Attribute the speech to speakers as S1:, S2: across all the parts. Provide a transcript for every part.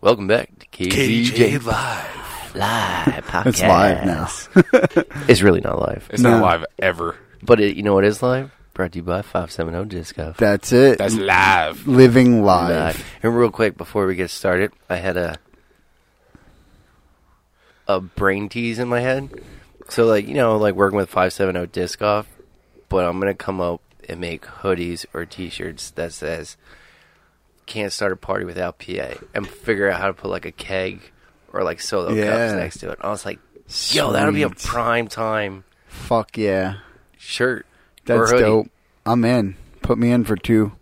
S1: Welcome back to KZJ,
S2: KZJ
S1: Live. Live podcast.
S2: It's live now.
S1: It's really not live.
S3: It's
S2: No.
S3: not live ever.
S1: But it, you know what is live? Brought to you by 570 Disco.
S2: That's it.
S3: That's live.
S2: Living live.
S1: Live. And real quick, before we get started, I had a a brain tease in my head. So, like, you know, like working with 570 Disc Off, but I'm going to come up and make hoodies or t shirts that says, can't start a party without PA, and figure out how to put like a keg or like solo cups
S2: Yeah.
S1: next to it. I was like, yo, that'll be a
S2: Sweet.
S1: prime time
S2: Fuck yeah.
S1: shirt. or
S2: That's
S1: hoodie.
S2: dope. I'm in. Put me in for two.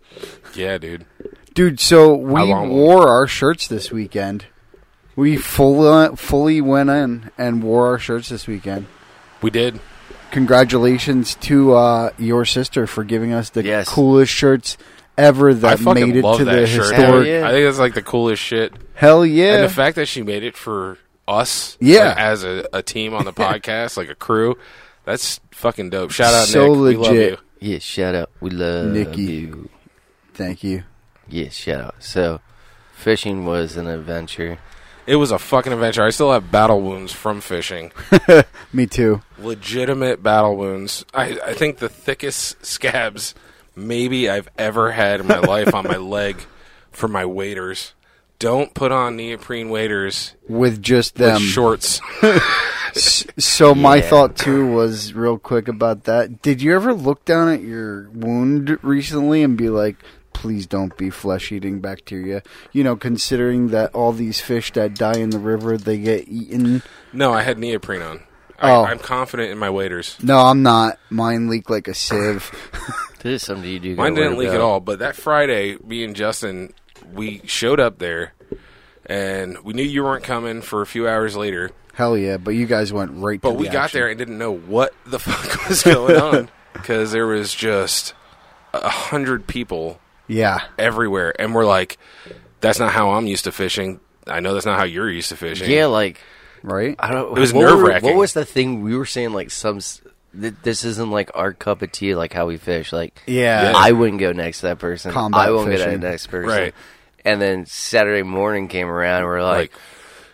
S3: Yeah, dude.
S2: Dude, so we
S3: want one.
S2: wore our shirts this weekend. We full, uh, fully went in and wore our shirts this weekend.
S3: We did.
S2: Congratulations to uh, your sister for giving us the
S1: Yes.
S2: coolest shirts ever
S3: I
S2: that
S3: fucking
S2: made it
S3: love
S2: to
S3: that
S2: the
S3: shirt.
S2: historic.
S1: Hell yeah.
S3: I think that's like the coolest shit.
S2: Hell yeah.
S3: And the fact that she made it for us,
S2: Yeah.
S3: like, as a, a team on the podcast, like a crew, that's fucking dope. Shout out,
S2: So
S3: Nick. We love
S2: legit.
S3: you.
S1: Yeah, shout out. We love
S2: Nikki.
S1: you.
S2: Thank you.
S1: Yeah, shout out. So, fishing was an adventure.
S3: It was a fucking adventure. I still have battle wounds from fishing.
S2: Me too.
S3: Legitimate battle wounds. I, I think the thickest scabs maybe I've ever had in my life on my leg for my waders. Don't put on neoprene waders
S2: With just
S3: with
S2: them.
S3: shorts.
S2: S- So my
S1: Yeah.
S2: thought too was real quick about that. Did you ever look down at your wound recently and be like, "Please don't be flesh-eating bacteria"? You know, considering that all these fish that die in the river, they get eaten.
S3: No, I had neoprene on. I,
S2: Oh.
S3: I'm confident in my waders.
S2: No, I'm not. Mine leak like a sieve.
S1: This is something you do. gotta
S3: Mine didn't
S1: worry
S3: leak at
S1: about.
S3: all, but that Friday, me and Justin, we showed up there, and we knew you weren't coming for a few hours later.
S2: Hell yeah! But you guys went right.
S3: But
S2: to
S3: we
S2: the
S3: got
S2: action.
S3: there and didn't know what the fuck was going on because there was just a hundred people
S2: Yeah,
S3: everywhere, and we're like, "That's not how I'm used to fishing. I know that's not how you're used to fishing."
S1: Yeah, like
S2: right.
S1: I don't.
S3: It was
S1: what were-
S3: nerve-wracking.
S1: What was the thing we were saying? Like some. s- th- This isn't like our cup of tea. Like how we fish. Like
S2: Yeah.
S1: I wouldn't go next to that person.
S2: Combat
S1: I won't go to
S2: fishing.
S1: that next person.
S3: Right.
S1: And then Saturday morning came around. we're like,
S3: Like-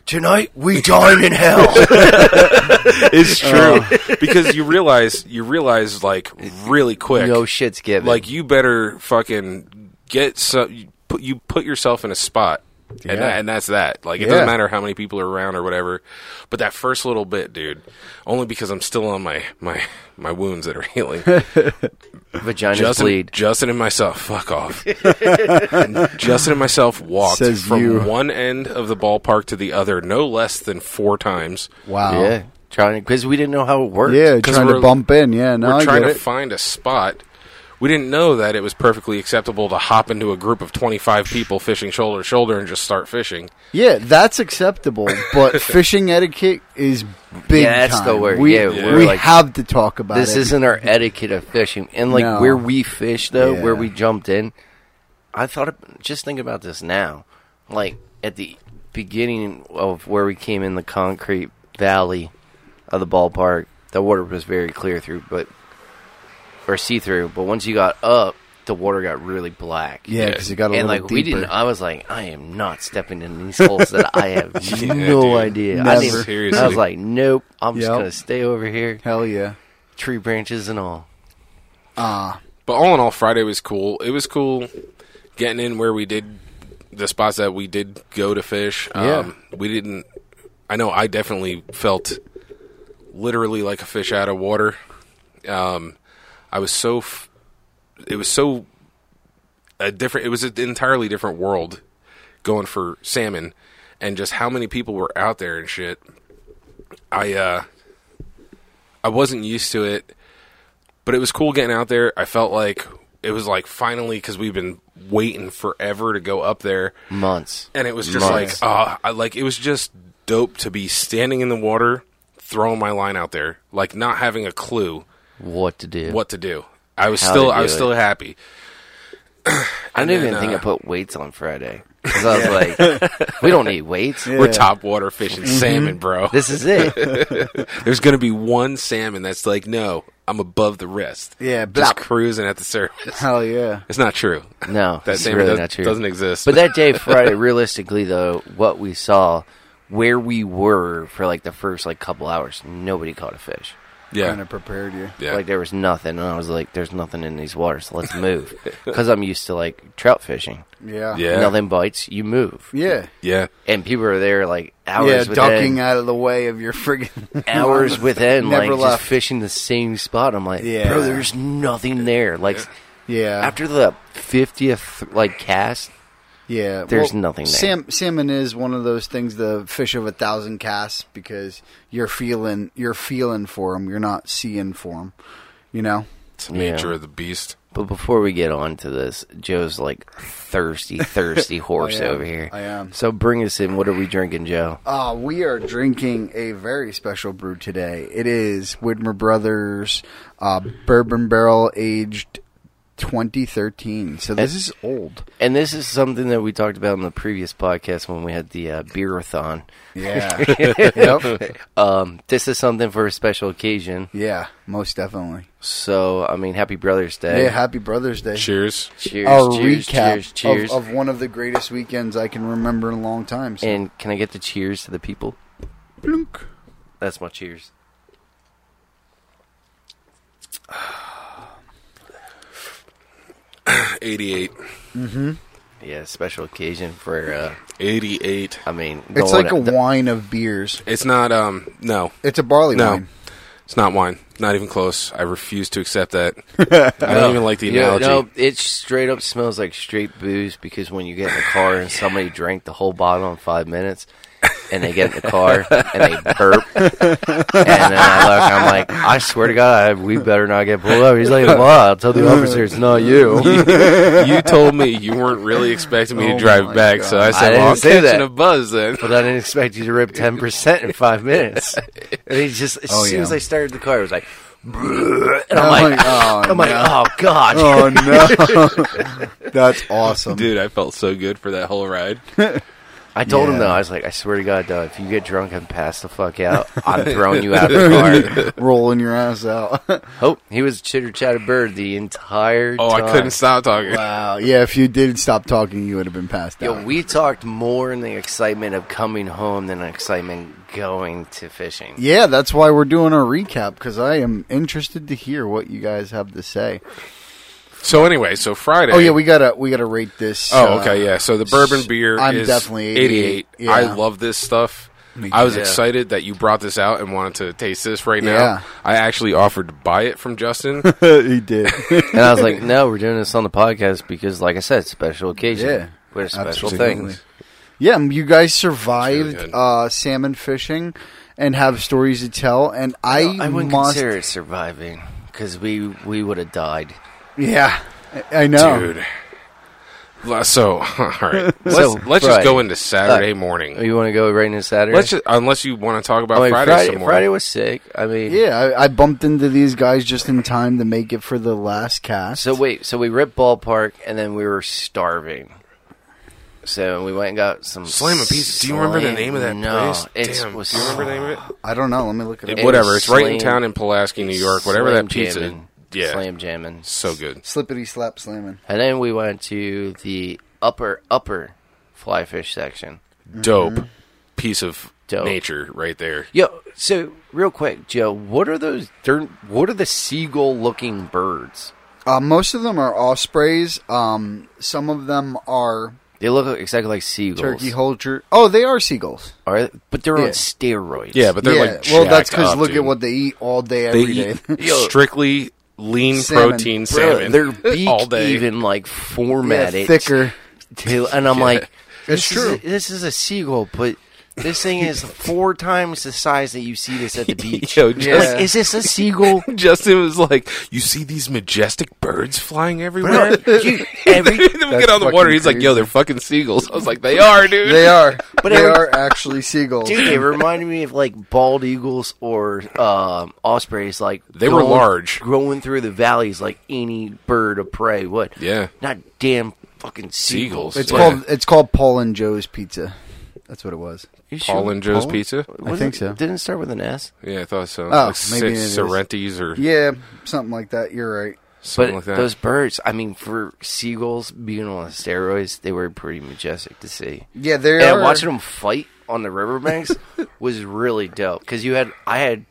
S1: tonight we dine in hell.
S3: it's
S2: Uh,
S3: true because you realize you realize like really quick.
S1: no shit's given.
S3: like you better fucking get so you put you put yourself in a spot and
S2: Yeah.
S3: that, and that's that like it
S2: Yeah.
S3: doesn't matter how many people are around or whatever but that first little bit dude only because i'm still on my my my wounds that are healing
S1: vaginas
S3: justin
S1: bleed.
S3: justin and myself fuck off And justin and myself walked
S2: Says
S3: from
S2: you.
S3: one end of the ballpark to the other no less than four times
S2: Wow.
S1: Yeah, trying because we didn't know how it worked.
S2: Yeah,
S3: 'Cause
S2: trying to
S3: we're-
S2: bump in. Yeah, no,
S3: we're
S2: I
S3: trying
S2: get
S3: to
S2: it.
S3: find a spot. We didn't know that it was perfectly acceptable to hop into a group of 25 people fishing shoulder to shoulder and just start fishing.
S2: Yeah, that's acceptable, but fishing etiquette is big.
S1: Yeah, that's
S2: time.
S1: the word.
S2: We,
S1: Yeah,
S3: we're
S2: we
S1: like-
S2: have to talk about
S1: this
S2: it.
S1: isn't our etiquette of fishing and like
S2: No.
S1: where we fish though
S2: Yeah.
S1: where we jumped in i thought ab- just think about this now like at the beginning of where we came in the concrete valley of the ballpark the water was very clear through but or see through but once you got up the water got really black
S2: Yeah, because it got a
S1: and like
S2: little deeper.
S1: we didn't i was like i am not stepping in these holes that i have
S3: Yeah,
S1: no
S3: dude.
S1: idea I,
S2: Never.
S1: didn't-
S3: Seriously.
S1: I was like nope i'm just
S2: Yep.
S1: gonna stay over here
S2: Hell yeah.
S1: tree branches and all
S2: Ah,
S3: But all in all, Friday was cool. It was cool getting in where we did the spots that we did go to fish. Um, we didn't. I know I definitely felt literally like a fish out of water. Um, I was so. F- it was so a different. It was an entirely different world going for salmon, and just how many people were out there and shit. I uh, I wasn't used to it but it was cool getting out there. I felt like it was like finally because we've been waiting forever to go up there,
S1: months.
S3: and it was just
S1: Nice.
S3: like, uh, I like it was just dope to be standing in the water, throwing my line out there, like not having a clue
S1: What to do?
S3: what to do. I was
S1: How to
S3: still, I
S1: do
S3: was
S1: it.
S3: still happy.
S1: I didn't even
S3: then,
S1: think I
S3: uh,
S1: put weights on Friday because I was like, we don't need weights.
S2: Yeah.
S3: We're top water fishing salmon, bro.
S1: Mm-hmm. This is it.
S3: There's going to be one salmon that's like, no, I'm above the rest.
S2: Yeah,
S3: Just
S2: blop.
S3: cruising at the surface.
S2: Hell yeah.
S3: It's not true.
S1: No,
S3: That
S1: it's
S3: salmon
S1: really
S3: does,
S1: not true.
S3: doesn't exist.
S1: But that day, Friday, realistically though, what we saw, where we were for like the first like couple hours, nobody caught a fish.
S3: yeah,
S2: Kind of prepared you.
S3: yeah.
S1: Like there was nothing, and I was like, "There's nothing in these waters. so let's move." Because I'm used to like trout fishing.
S2: Yeah.
S3: Yeah.
S1: Nothing bites, you move.
S2: Yeah.
S3: yeah.
S1: And people are there like hours,
S2: Yeah,
S1: within,
S2: ducking out of the way of your friggin'
S1: hours within,
S2: Never
S1: like
S2: left.
S1: just fishing the same spot. I'm like,
S2: Yeah.
S1: bro, there's nothing there. Like
S2: Yeah.
S1: after the fiftieth like cast,
S2: Yeah,
S1: There's nothing there.
S2: Sam, salmon is one of those things, the fish of a thousand casts, because you're feeling you're feeling for them, you're not seeing for them. You know,
S3: It's the
S1: Yeah.
S3: nature of the beast.
S1: But before we get on to this, Joe's like thirsty, thirsty horse
S2: I am.
S1: over here.
S2: I am.
S1: So bring us in. What are we drinking, Joe?
S2: uh, we are drinking a very special brew today. It is Widmer Brothers uh, Bourbon Barrel Aged 2013. So this is old.
S1: And this is something that we talked about in the previous podcast when we had the uh, beerathon.
S2: Yeah, Yep.
S1: Um, this is something for a special occasion.
S2: yeah, most definitely.
S1: So I mean, Happy Brothers Day.
S2: Hey, happy Brother's Day.
S3: Cheers.
S1: Cheers!
S2: Our
S1: cheers!
S2: recap
S1: Cheers! Cheers!
S2: Of, of one of the greatest weekends I can remember in a long time. So.
S1: and can I get the cheers to the people? That's my cheers.
S3: Eighty-eight.
S1: Yeah, special occasion for. Uh,
S3: Eighty-eight.
S1: I mean, don't
S2: It's like a
S1: wanna-
S2: wine of beers.
S3: It's not. Um. No.
S2: It's a barley
S3: No.
S2: wine.
S3: It's not wine. Not even close. I refuse to accept that. I don't even like the
S1: Oh. Yeah,
S3: analogy.
S1: no, it straight up smells like straight booze because when you get in the car and somebody drank the whole bottle in five minutes, and they get in the car and they burp, and then I look, I'm like, I swear to God, we better not get pulled over. He's like, Well, I'll tell the officer it's not you.
S3: you, you told me you weren't really expecting me
S2: Oh
S3: to drive
S2: my
S3: back, so I
S1: God.
S3: said,
S1: I
S3: "Well,
S1: didn't
S3: I'm
S1: say
S3: catching
S1: that.
S3: a buzz." Then
S1: But I didn't expect you to rip ten percent in five minutes. And he just as
S2: Oh,
S1: soon
S2: yeah.
S1: as I started the car, it was like, and I'm like,
S2: oh,
S1: I'm like, oh god.
S2: oh no, that's awesome.
S3: dude, I felt so good for that whole ride.
S1: I told him
S2: Yeah.
S1: though, I was like, I swear to God, though, if you get drunk and pass the fuck out, I'm throwing you out of the car.
S2: Rolling your ass out.
S1: Oh, he was chitter chatter bird the entire
S3: Oh,
S1: time.
S3: I couldn't stop talking.
S2: wow. Yeah, if you did stop talking, you would have been passed
S1: Yo,
S2: out.
S1: we talked more in the excitement of coming home than the excitement going to fishing.
S2: yeah, that's why we're doing our recap because I am interested to hear what you guys have to say.
S3: So anyway, so Friday.
S2: Oh yeah, we gotta we gotta rate this.
S3: Oh,
S2: uh,
S3: okay, yeah. So the bourbon beer
S2: I'm
S3: is
S2: definitely
S3: 88.
S2: 88,
S3: I
S2: yeah.
S3: love this stuff.
S2: Me
S3: I was
S1: too. Yeah.
S3: excited that you brought this out and wanted to taste this right now.
S2: Yeah.
S3: I actually offered to buy it from Justin.
S2: he did.
S1: And I was like, no, we're doing this on the podcast because, like I said, special occasion.
S2: Yeah.
S1: We're special
S2: Absolutely.
S1: things.
S2: Yeah, m- you guys survived
S3: It's really good.
S2: uh, salmon fishing and have stories to tell. And I,
S1: I wouldn't
S2: must,
S1: consider it surviving because we, we would have died.
S2: yeah, I- I
S1: Oh.
S2: know.
S3: Dude. L- So, all right. Let's,
S1: So,
S3: let's just
S1: Friday.
S3: go into Saturday
S1: Uh,
S3: morning.
S1: You want to go right into Saturday?
S3: Let's just, unless you want to talk about
S1: I mean,
S3: Friday,
S1: Friday,
S3: some more.
S1: Friday was sick. I mean,
S2: Yeah, I, I bumped into these guys just in time to make it for the last cast.
S1: So wait, so we ripped ballpark, and then we were starving. So we went and got some
S3: Slam a piece. Do you remember the
S1: slam-
S3: name of that
S1: no,
S3: place?
S1: it's-
S3: Damn.
S1: was
S3: Do you remember the name of it?
S2: I don't know. Let me look it up.
S1: It-
S3: Whatever.
S1: was
S3: It's right in
S1: Slam-
S3: town in Pulaski, New York. Whatever
S1: Slam
S3: that pizza.
S1: jamming.
S3: Yeah.
S1: slam jamming.
S3: So good.
S2: Slippity slap slamming.
S1: And then we went to the upper upper fly fish section.
S3: Dope. Piece of
S1: Dope.
S3: nature right there.
S1: Yo, so real quick, Joe, what are those? They're, what are the seagull looking birds?
S2: Uh, most of them are ospreys. Um, some of them are
S1: They look exactly like seagulls.
S2: turkey vulture. Oh, they are seagulls.
S1: Are they- but they're on
S2: Yeah.
S1: steroids.
S3: Yeah, but they're
S2: yeah.
S3: like
S2: well, that's
S3: because
S2: look at what they eat all day
S3: they
S2: every day.
S3: eat strictly lean
S2: Salmon.
S3: protein
S1: Bro,
S3: salmon.
S1: their beak
S3: all day.
S1: even like
S2: Yeah,
S1: formatted
S2: thicker.
S1: too, and I'm like,
S2: It's
S1: this
S2: true.
S1: Is a, this is a seagull, but this thing is four times the size that you see this at the beach.
S3: Yo,
S1: Like,
S3: Justin,
S1: is this a seagull?
S3: Justin was like, "You see these majestic birds flying everywhere."
S1: Bro, you- every-
S3: then we get on the
S2: fucking
S3: water. He's like,
S2: crazy.
S3: "Yo, they're fucking seagulls." I was like, "They are, dude."
S2: They are.
S1: But
S2: they
S1: every-
S2: are actually seagulls.
S1: Dude, they reminded me of like bald eagles or um, ospreys. Like
S3: They were large.
S1: growing through the valleys like any bird of prey would.
S3: Yeah.
S1: not damn fucking seagulls.
S3: Seagulls.
S2: It's
S3: Yeah.
S2: called it's called Paul and Joe's Pizza. That's what it was.
S1: You sure?
S3: Paul and Joe's
S2: Paul?
S3: Pizza?
S1: Wasn't-
S2: think so.
S1: Didn't it start with an S,
S3: Yeah, I thought so.
S2: Oh,
S3: like
S2: maybe
S3: six
S2: it is.
S3: Sorrentis or
S2: Yeah, something like that. You're right.
S1: but
S3: something like that.
S1: those birds. I mean, for seagulls being on steroids, they were pretty majestic to see.
S2: Yeah, they
S1: and
S2: are.
S1: watching them fight on the riverbanks was really dope because you had i had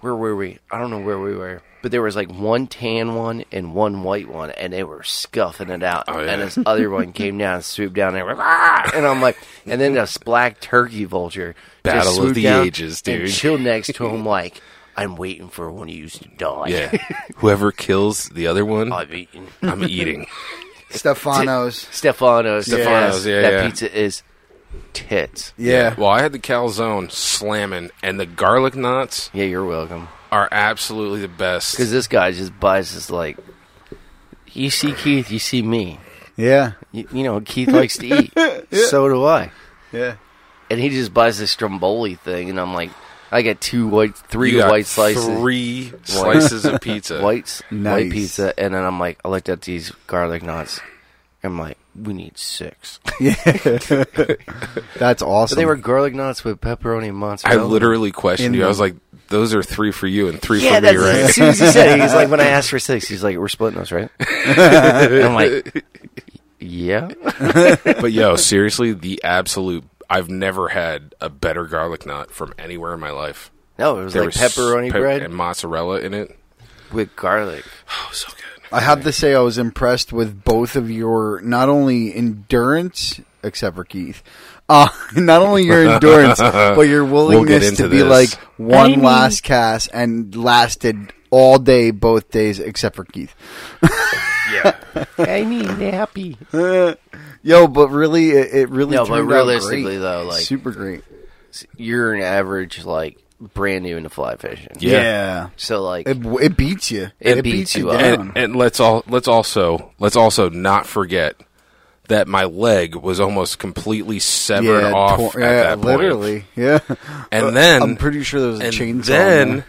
S1: where were we i don't know where we were but there was like one tan one and one white one and they were scuffing it out
S3: Oh, yeah.
S1: and this other one came down and swooped down and, they were, "Ah!" and i'm like and then this black turkey vulture just
S3: Battle of
S1: swooped
S3: the
S1: down
S3: ages,
S1: and
S3: dude.
S1: chilled next to him like i'm waiting for one of you to die
S3: yeah. Whoever kills the other one,
S1: i've eaten
S3: I'm eating.
S2: Stefanos.
S1: Stefano's,
S3: Stefano's, yeah,
S1: that
S3: yeah.
S1: pizza is tits.
S2: Yeah.
S3: Well, I had the calzone slamming, and the garlic knots
S1: Yeah, you're welcome.
S3: are absolutely the best.
S1: Because this guy just buys this like, you see Keith, you see me.
S2: Yeah.
S1: You, you know, Keith likes to eat. So do I.
S2: Yeah.
S1: And he just buys this Stromboli thing, and I'm like, I got two white, three
S3: You got
S1: white slices,
S3: three slices of pizza.
S1: whites, white
S2: Nice.
S1: pizza, and then I'm like, I looked at these garlic knots. I'm like, we need six.
S2: That's awesome.
S1: But they were garlic knots with pepperoni and
S3: I
S1: mozzarella.
S3: literally questioned you.
S2: In
S3: I
S2: the-
S3: was like, "Those are three for you and three
S1: Yeah,
S3: for me,
S1: that's
S3: right?"
S1: as soon as he said it, he's like, when I asked for six, he's like, we're splitting those, right? and I'm like, yeah.
S3: but yo, seriously, the absolute. I've never had a better garlic knot from anywhere in my life.
S1: No, it was
S3: There
S1: like
S3: was
S1: pepperoni
S3: pep-
S1: bread
S3: and mozzarella in it.
S1: with garlic.
S3: Oh, so good.
S2: I have to say, I was impressed with both of your not only endurance, except for Keith, uh, not only your endurance, but your willingness
S3: into
S2: to be
S3: this.
S2: like one
S1: Amy.
S2: last cast and lasted all day, both days, except for Keith.
S3: Yeah.
S1: I mean, happy.
S2: Yo, but really, it, it really
S1: No, but
S2: turned out
S1: realistically,
S2: great.
S1: though, like-
S2: super great.
S1: You're an average, like, brand new into fly fishing.
S3: Yeah.
S1: So, like,
S2: It, it beats you.
S1: It beats you up.
S2: down.
S3: and, and let's all let's also let's also not forget that my leg was almost completely severed
S2: yeah,
S3: off
S2: tor-
S3: at
S2: yeah,
S3: that point.
S2: literally. Yeah,
S3: And then
S2: Uh, I'm pretty sure there was a
S3: and
S2: chainsaw. in
S3: then
S2: there.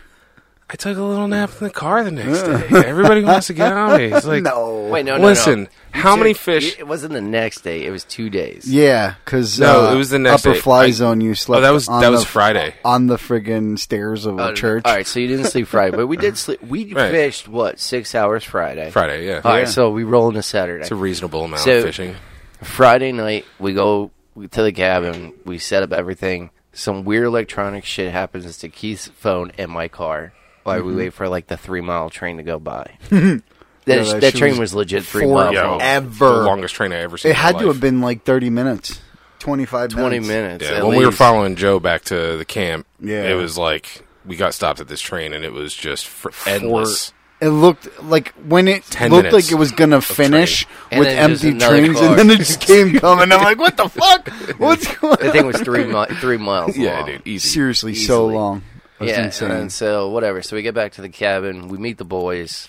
S3: I took a little nap in the car the next day. Everybody wants to get on me. It's like,
S2: no,
S1: wait, no, no, no.
S3: listen, how many
S1: It-
S3: fish?
S1: It wasn't the next day. It was two days.
S2: Yeah, because
S3: No, it was the next
S2: upper
S3: day.
S2: fly
S3: I-
S2: zone. You slept.
S3: Oh, that was
S2: on
S3: that
S2: the
S3: was
S2: f-
S3: Friday.
S2: on the friggin' stairs of
S1: Uh,
S2: a church.
S1: All right, so you didn't sleep Friday, but we did sleep. We
S3: Right.
S1: fished, what, six hours Friday?
S3: Friday, yeah.
S1: All right,
S2: Yeah.
S1: so we roll into Saturday.
S3: It's a reasonable amount
S1: So-
S3: of fishing.
S1: Friday night, we go to the cabin. We set up everything. Some weird electronic shit happens to Keith's phone and my car while we
S2: Mm-hmm.
S1: wait for like the three mile train to go by. that that,
S2: that shit
S1: train
S2: was
S1: was legit three
S2: four-
S1: miles
S2: Yeah.
S1: long.
S2: Ever.
S3: It's the longest train I ever seen.
S2: it
S3: in my
S2: had to
S3: life.
S2: have been like thirty minutes, twenty five,
S1: 20 minutes.
S3: Yeah,
S1: at
S3: when we were
S1: least.
S3: following Joe back to the camp,
S2: Yeah.
S3: it was like we got stopped at this train and it was just fr- endless.
S2: It looked like when it
S3: 10
S2: looked
S3: minutes
S2: like it was gonna finish
S1: And
S2: with
S1: then just
S2: empty
S1: another
S2: trains,
S1: car.
S2: and then it just came coming. I'm like, what the fuck? What's going?
S1: The thing was three mi- three miles
S3: yeah,
S1: long.
S3: dude, easy.
S2: Seriously, so
S1: Easily.
S2: long. That's
S1: yeah,
S2: insane.
S1: and so whatever. So we get back to the cabin. We meet the boys.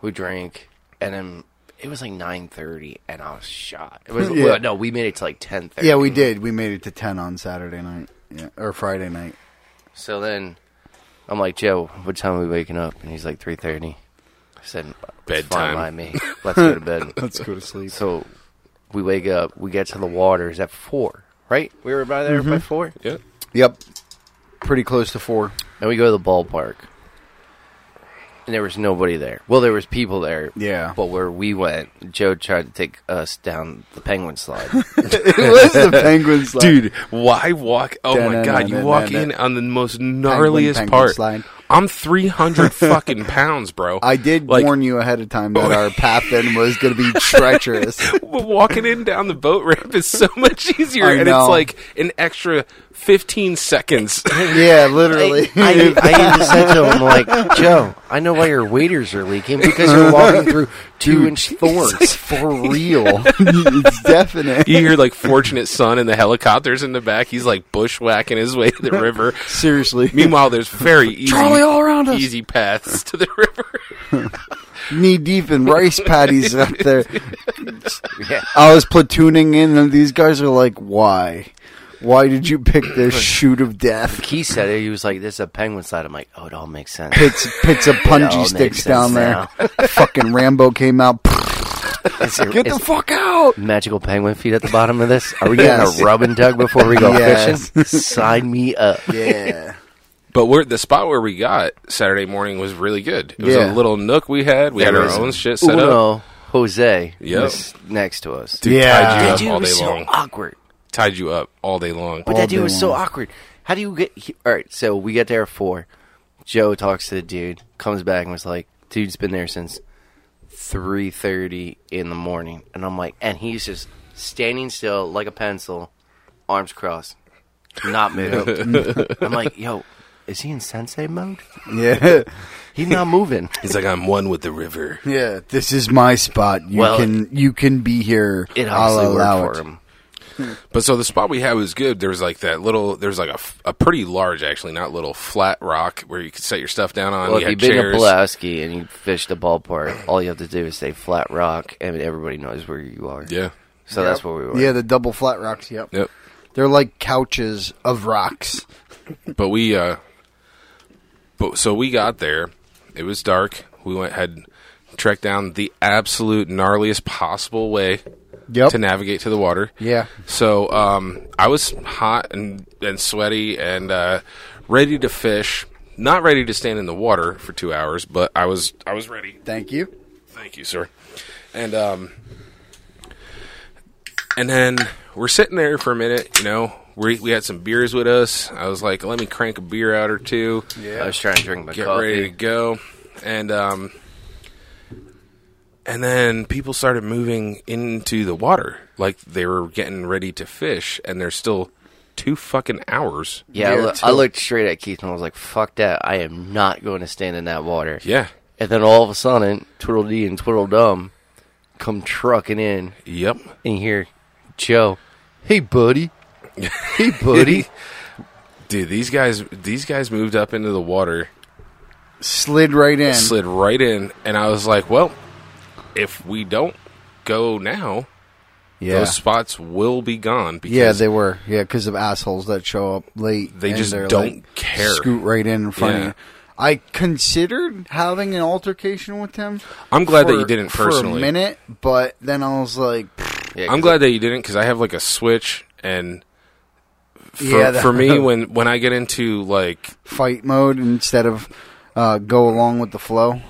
S1: We drink, and then it was like nine thirty, and I was shot. It was
S2: Yeah.
S1: well, no, we made it to like ten thirty.
S2: yeah, we did. We made it to ten on Saturday night, yeah, or Friday night.
S1: So then I'm like, Joe, what time are we waking up? And he's like, 3.30. I said, "It's
S3: Bedtime.
S1: Fine by me. Let's go to bed.
S2: Let's go to sleep.
S1: so we wake up. We get to the waters at 4, right? We were by there
S2: Mm-hmm.
S1: by 4?
S3: Yeah.
S2: Yep, pretty close to four.
S1: And we go to the ballpark. And there was nobody there. Well, there was people there.
S2: Yeah.
S1: But where we went, Joe tried to take us down the penguin slide.
S2: it was the Penguins, slide.
S3: Dude, why walk? Oh my god, you walk in on the most gnarliest
S2: penguin
S3: part.
S2: slide.
S3: I'm 300 fucking pounds, bro.
S2: I did
S3: Like-
S2: warn you ahead of time that our path in was going to be treacherous.
S3: walking in down the boat ramp is so much easier,
S2: I
S3: and
S2: know.
S3: it's like an extra 15 seconds.
S2: yeah, literally.
S1: I, I even said to him, like, Joe, I know why your waders are leaking because you're walking through two inch thorns.
S2: It's for real. it's definite.
S3: you hear like "Fortunate Son" and the helicopters in the back. He's like bushwhacking his way to the river.
S2: Seriously.
S3: Meanwhile, there's very easy,
S2: Charlie all around us.
S3: easy paths to the river.
S2: Knee deep in rice paddies up there.
S1: Yeah.
S2: I was platooning in, and these guys are like, why? Why did you pick this shoot of death?
S1: He said it. He was like, "This is a penguin side." I'm like, "Oh, it all makes sense."
S2: Pits, pits of
S1: It all
S2: punji
S1: makes
S2: sticks
S1: sense
S2: down there. Fucking Rambo came out.
S1: Is there-
S2: Get
S1: is
S2: the fuck out!
S1: magical penguin feet at the bottom of this? Are we getting
S2: Yes.
S1: a rub and tug before we go
S2: Yes.
S1: fishing? Sign me up.
S2: Yeah.
S3: But where the spot where we got Saturday morning was really good. It was
S2: Yeah.
S3: a little nook we had. We had
S1: There
S3: our
S1: is
S3: own shit set up.
S1: Uno Jose
S3: Yep.
S1: was next to us.
S3: Dude,
S2: Yeah.
S3: tied you
S2: Did
S3: up
S1: Dude,
S3: all
S1: it was
S3: day
S1: so
S3: long.
S1: awkward.
S3: Tied you up all day long.
S1: But
S2: All
S1: that dude
S2: day
S1: was so
S2: long.
S1: awkward. How do you get? He, all right, so we get there at four. Joe talks to the dude, comes back and was like, "Dude's been there since three thirty in the morning," and I'm like, and he's just standing still like a pencil, arms crossed, not moving. I'm like, yo, is he in sensei mode?
S2: Yeah.
S1: He's not moving.
S3: He's like, I'm one with the river.
S2: Yeah. This is my spot. You
S1: Well,
S2: can you can be here.
S1: It
S2: I'll
S1: obviously
S2: allow
S1: worked
S2: it.
S1: for him.
S3: But so the spot we had was good. There was like that little. There's like a, f- a pretty large, actually, not little flat rock where you could set your stuff down on.
S1: Well,
S3: we
S1: if
S3: had
S1: you've been to
S3: Oh, chairs.
S1: Pulaski and you fish the ballpark, all you have to do is say flat rock, and everybody knows where you are.
S3: Yeah.
S1: So that's where we were.
S2: Yeah, the double flat rocks. Yep.
S3: Yep.
S2: They're like couches of rocks.
S3: But we, uh, but so we got there. It was dark. We went had trekked down the absolute gnarliest possible way
S2: Yep.
S3: to navigate to the water.
S2: Yeah.
S3: So um, I was hot and, and sweaty and uh, ready to fish. Not ready to stand in the water for two hours, but I was I was ready.
S2: Thank you.
S3: Thank you, sir. And um, and then we're sitting there for a minute. You know, we we had some beers with us. I was like, let me crank a beer out or two.
S1: I was trying to drink my
S3: Get
S1: coffee.
S3: ready to go. And um, and then people started moving into the water, like they were getting ready to fish, and there's still two fucking hours.
S1: Yeah, I,
S2: Yeah,
S1: loo- I
S2: too.
S1: looked straight at Keith and I was like, "Fuck that! I am not going to stand in that water."
S3: Yeah.
S1: And then all of a sudden, Tweedledee and Tweedledum come trucking in,
S3: Yep.
S1: and you hear Joe, "Hey, buddy, hey, buddy."
S3: Dude, these guys these guys moved up into the water.
S2: Slid right in.
S3: slid right in, and I was like, "Well, if we don't go now,
S2: Yeah.
S3: those spots will be gone." Because
S2: yeah, they were. Yeah, because of assholes that show up late.
S3: They
S2: and
S3: just
S2: they're,
S3: don't
S2: like,
S3: care.
S2: Scoot right in in front
S3: Yeah.
S2: of you. I considered having an altercation with him.
S3: I'm glad that
S2: for-
S3: you didn't
S2: for
S3: personally.
S2: a minute, but then I was like,
S1: Yeah, 'cause
S3: I'm glad that you didn't because I have like a switch, and for,
S2: Yeah, that-
S3: for me, when when I get into like,
S2: fight mode instead of uh, go along with the flow.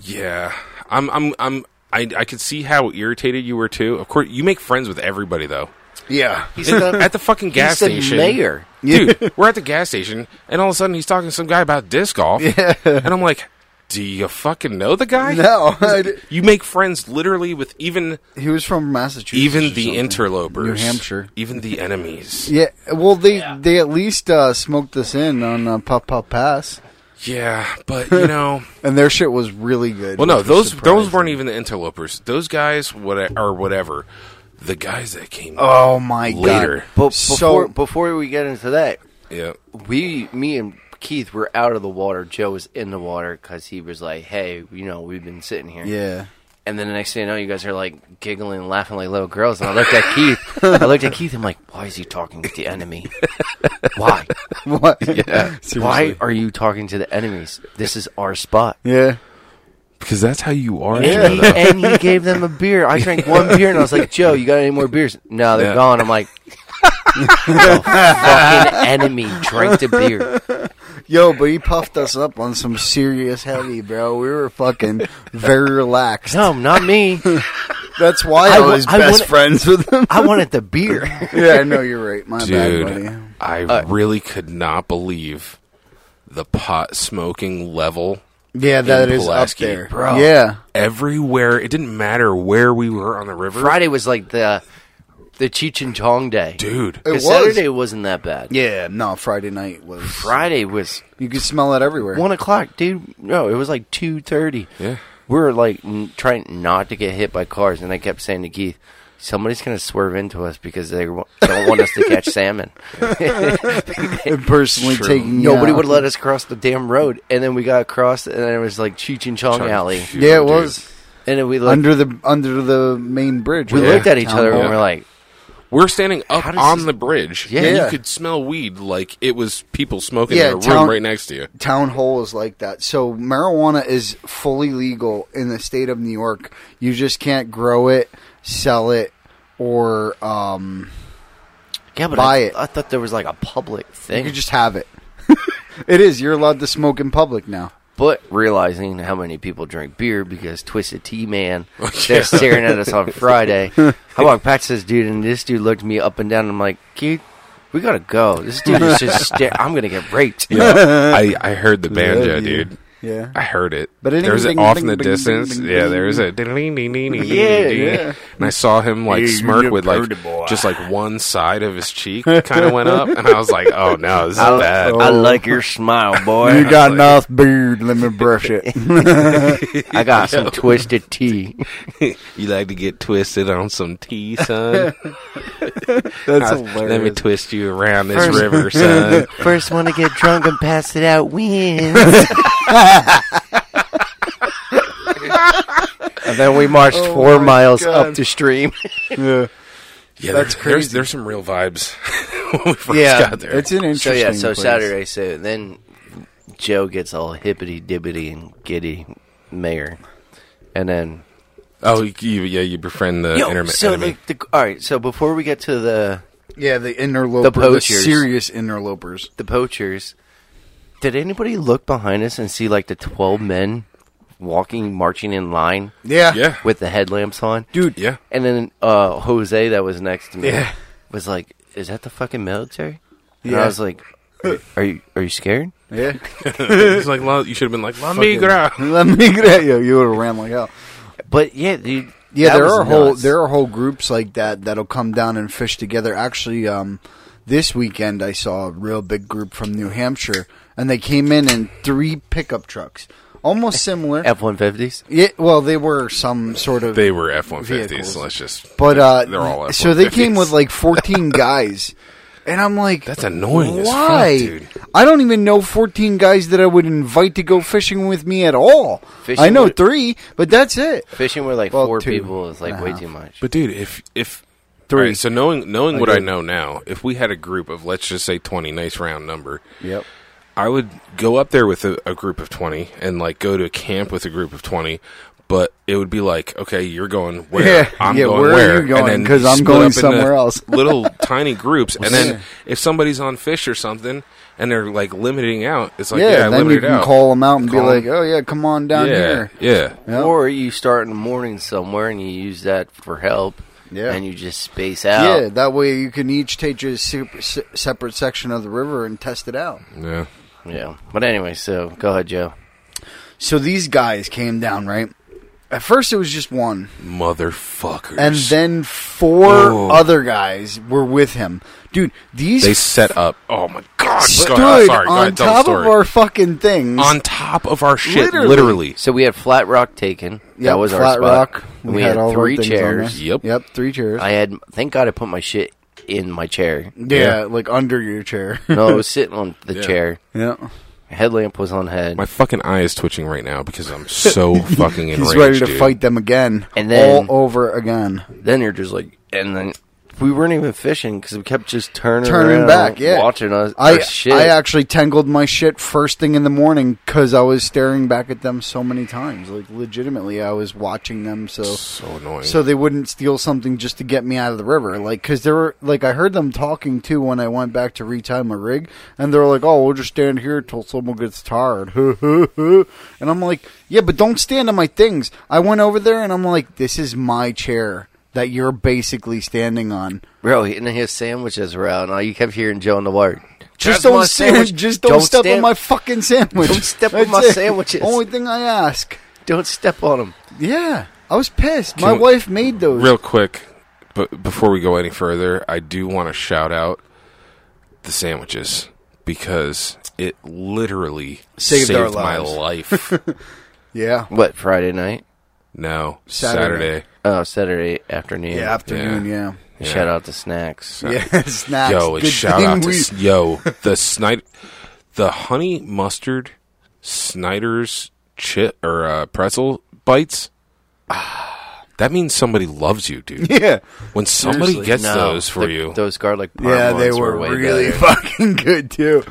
S3: yeah, I'm I'm I'm. I, I could see how irritated you were too. Of course, you make friends with everybody though.
S2: Yeah,
S1: He's the,
S3: At the fucking
S1: he's
S3: gas
S1: the
S3: station,
S1: mayor.
S3: dude. we're at the gas station, and all of a sudden he's talking to some guy about disc golf, and I'm like, "Do you fucking know the guy?"
S2: no, I d-
S3: You make friends literally with even
S2: he was from Massachusetts. or
S3: even the
S2: something.
S3: interlopers,
S2: New Hampshire.
S3: even the enemies.
S2: Yeah, well, they they at least uh, smoked us in on uh, Pop Pop Pass,
S3: Yeah, but you know,
S2: and their shit was really good.
S3: well, no,
S2: which
S3: those
S2: was
S3: those weren't
S2: surprising.
S3: even the interlopers. Those guys, what or whatever, the guys that came.
S2: Oh my
S3: Later.
S2: god!
S1: But before
S2: So-
S1: before we get into that,
S3: yeah,
S1: we, me and Keith were out of the water. Joe was in the water because he was like, "Hey, you know, we've been sitting here."
S2: Yeah.
S1: And then the next thing I know, you guys are like giggling and laughing like little girls. And I looked at Keith. I looked at Keith. I'm like, why is he talking with the enemy? Why?
S2: What?
S1: Why are you talking to the enemies? This is our spot.
S2: Yeah.
S3: because that's how you are.
S1: And, he, and he gave them a beer. I drank one beer and I was like, Joe, you got any more beers? No, they're
S3: Yeah.
S1: gone. I'm like, "The fucking enemy drank the beer.
S2: Yo, but he puffed us up on some serious heavy, bro. We were fucking very relaxed.
S1: No, not me.
S2: That's why
S1: I
S2: I,
S1: wa-
S2: was
S1: I
S2: best
S1: wanna-
S2: friends with him.
S1: I wanted the beer.
S2: yeah, I know you're right. My bad, buddy. Uh,
S3: Dude, I really could not believe the pot smoking level
S2: Yeah, that
S3: in
S2: is up
S3: Pulaski,
S2: there,
S3: bro.
S2: Yeah,
S3: everywhere. It didn't matter where we were on the river,
S1: Friday was like the the Cheech and Chong day.
S3: dude.
S1: 'Cause
S2: It was.
S1: Saturday wasn't that bad.
S2: yeah. No, Friday night was.
S1: Friday was
S2: You could smell it everywhere.
S1: one o'clock, dude. No, it was like two thirty.
S3: Yeah.
S1: we were like n- trying not to get hit by cars, and I kept saying to Keith, "Somebody's gonna swerve into us because they wa- don't want us to catch salmon."
S2: And personally
S3: True.
S2: taking you
S1: Nobody
S2: out.
S1: would let us cross the damn road, and then we got across, and then it was like Cheech and Chong
S3: Chong-
S1: Alley,
S3: Shoot,
S2: Yeah, it
S3: dude.
S2: was
S1: and then we looked,
S2: under the under the main bridge.
S1: we
S2: right?
S1: looked at each
S2: Town
S1: other, and
S2: hall.
S1: we're like,
S3: We're standing up
S1: How does
S3: on
S1: this-
S3: the bridge,
S1: Yeah.
S3: and
S2: Yeah.
S3: you could smell weed like it was people smoking
S2: Yeah,
S3: in a
S2: town-
S3: room right next to you.
S2: town hall is like that. So marijuana is fully legal in the state of New York. You just can't grow it, sell it, or um,
S1: Yeah, but
S2: Buy
S1: I,
S2: it.
S1: I thought there was like a public
S2: you
S1: thing.
S2: could just have it. it is. You're allowed to smoke in public now.
S1: but realizing how many people drink beer because Twisted Tea Man,
S2: Oh,
S3: yeah.
S1: they're staring at us on Friday. I walked past this dude, and this dude looked me up and down. And I'm like, dude, we gotta go. This dude is just stare. I'm gonna get raped.
S3: I, I heard the banjo,
S2: Love you.
S3: dude.
S2: Yeah.
S3: I heard it.
S2: But
S3: But
S2: it-
S3: there's
S2: ding,
S3: it off
S2: ding,
S3: in the
S2: ding, ding,
S3: distance.
S2: ding,
S3: Yeah,
S2: ding.
S3: there's a ding, ding, ding, ding, ding,
S1: Yeah,
S3: ding, ding.
S1: yeah.
S3: and I saw him like smirk with like just like one side of his cheek kind of went up, and I was like, oh no, this is
S1: I,
S3: bad.
S1: I like your smile, boy.
S2: You got enough beard. Let me brush it.
S1: I got some Twisted Tea.
S3: You like to get twisted on some tea, son?
S2: That's
S3: Let me twist you around this
S1: First-
S3: river,
S2: Uh,
S3: son.
S1: First one to get drunk and pass it out wins. and then we marched
S2: Oh
S1: four
S2: my
S1: miles
S2: God.
S1: up the stream.
S2: yeah.
S3: Yeah,
S2: That's
S3: that's
S2: crazy.
S3: There's, there's some real vibes when we first
S1: Yeah,
S3: got there.
S2: It's an interesting.
S1: so yeah, so
S2: place.
S1: Saturday, so then Joe gets all hippity dippity and giddy, mayor, and then
S3: oh, you, you- yeah, you befriend the
S1: yo,
S3: intermi-
S1: so
S3: enemy.
S1: the, the, all right, so before we get to the
S2: Yeah, the interloper,
S1: The
S2: the,
S1: poachers.
S2: serious interlopers.
S1: the poachers, did anybody look behind us and see like the twelve men walking, marching in line
S2: Yeah.
S3: yeah,
S1: with the headlamps on?
S2: Dude.
S3: yeah.
S1: And then uh, Jose, that was next to me,
S2: Yeah.
S1: was like, "Is that the fucking military?" And
S2: Yeah.
S1: I was like, "Are you are you scared?"
S2: Yeah.
S3: it's like La- you should have been like La Migra.
S2: Let me get you. You would have ran like hell.
S1: But yeah, dude,
S2: Yeah,
S1: that
S2: there
S1: was
S2: are whole
S1: nuts.
S2: there are whole groups like that that'll come down and fish together. Actually, um, this weekend I saw a real big group from New Hampshire, and they came in in three pickup trucks, almost similar.
S1: F one fifties.
S2: yeah, well, they were some sort of
S3: They were F one fifties.
S2: Vehicles.
S3: Let's just.
S2: But uh,
S3: They're all F-150s.
S2: so they came with like fourteen guys, and I'm like,
S3: That's annoying as fuck,
S2: Why?
S3: dude.
S2: I don't even know fourteen guys that I would invite to go fishing with me at all.
S1: Fishing
S2: I know
S1: with-
S2: three, but that's it.
S1: Fishing with like
S2: Well,
S1: four
S2: two
S1: people is like
S2: and a
S1: way
S2: half.
S1: too much.
S3: But dude, if if
S2: Three.
S3: All right, so knowing knowing what I
S2: did.
S3: know now, if we had a group of let's just say twenty, nice round number,
S2: Yep.
S3: I would go up there with a, a group of twenty and like go to a camp with a group of twenty. But it would be like, okay, you're going where?
S2: Yeah,
S3: I'm
S2: yeah,
S3: going
S2: where are you
S3: and
S2: going?
S3: then
S2: 'Cause I'm
S3: split
S2: going
S3: up into
S2: somewhere else.
S3: little tiny groups, and
S2: yeah.
S3: then if somebody's on fish or something, and they're like limiting out, it's like
S2: yeah,
S3: yeah, I
S2: then
S3: limited
S2: you can
S3: out.
S2: call them out and be
S3: Call 'em.
S2: like, "Oh yeah, come on down
S3: yeah,
S2: here."
S3: yeah.
S2: Yeah.
S1: Or you start in the morning somewhere and you use that for help.
S2: Yeah.
S1: And you just space out.
S2: Yeah, that way you can each take your super, se- separate section of the river and test it out.
S3: yeah.
S1: Yeah. But anyway, so go ahead, Joe.
S2: So these guys came down, right? At first it was just one,
S3: Motherfuckers.
S2: and then four
S3: Oh.
S2: other guys were with him. Dude, these
S3: they set up. Oh my god!
S2: stood
S3: go ahead, Oh, sorry, go
S2: on
S3: ahead, tell the
S2: top of
S3: story.
S2: our fucking things.
S3: on top of our shit,
S2: Literally.
S3: literally.
S1: So we had Flat Rock taken.
S2: Yep,
S1: that was
S2: flat
S1: our spot.
S2: rock.
S1: We, had,
S2: all our
S1: three
S2: things on
S1: chairs.
S2: there.
S3: Yep.
S2: yep, three chairs.
S1: I had, thank God I put my shit in my chair.
S2: yeah,
S3: Yeah.
S2: like under your chair.
S1: No, I was sitting on the
S3: Yeah.
S1: chair.
S2: yeah,
S1: Headlamp was on head.
S3: My fucking eye is twitching right now because I'm so fucking enraged.
S2: he's ready to
S3: dude.
S2: fight them again,
S1: And then-
S2: all over again.
S1: then you're just like, and then we weren't even fishing because we kept just turning,
S2: turning
S1: around,
S2: back. Yeah,
S1: watching us.
S2: I
S1: our shit.
S2: I actually tangled my shit first thing in the morning because I was staring back at them so many times. Like legitimately, I was watching them so
S3: So annoying.
S2: so they wouldn't steal something just to get me out of the river. Like because there were like I heard them talking too when I went back to retime my rig, and they were like, "Oh, we'll just stand here till someone gets tired." and I'm like, "Yeah, but don't stand on my things." I went over there and I'm like, "This is my chair." That you're basically standing on.
S1: Bro, and then his sandwiches were out, and all you kept hearing Joe in the word.
S2: Just
S1: "That's my
S2: don't stand,
S1: sandwich.
S2: just don't, step on my fucking sandwich.
S1: Don't step on
S2: That's
S1: my
S2: it.
S1: sandwiches.
S2: Only thing I ask.
S1: Don't step on him.
S2: Yeah, I was pissed. my
S3: we-
S2: wife made those.
S3: Real quick, but before we go any further, I do want to shout out the sandwiches because it literally
S2: Saved our
S3: my life.
S2: Yeah,
S1: What Friday night?
S3: no,
S2: Saturday.
S3: Saturday.
S1: Oh, Saturday afternoon.
S2: yeah, afternoon. Yeah,
S1: Shout out to snacks.
S2: yeah, snacks.
S3: Yo, it's
S2: Good
S3: shout
S2: thing
S3: out to
S2: we-
S3: S- yo the Snyder, the honey mustard
S2: Ah.
S3: Snyder's chip or uh, pretzel bites. That means somebody loves you, dude.
S2: Yeah.
S3: When somebody
S2: Seriously,
S3: gets
S1: No,
S3: those for
S1: the-
S3: you, the,
S1: Those garlic parm
S2: Yeah, they
S1: ones
S2: were,
S1: way
S2: really
S1: better.
S2: fucking good too.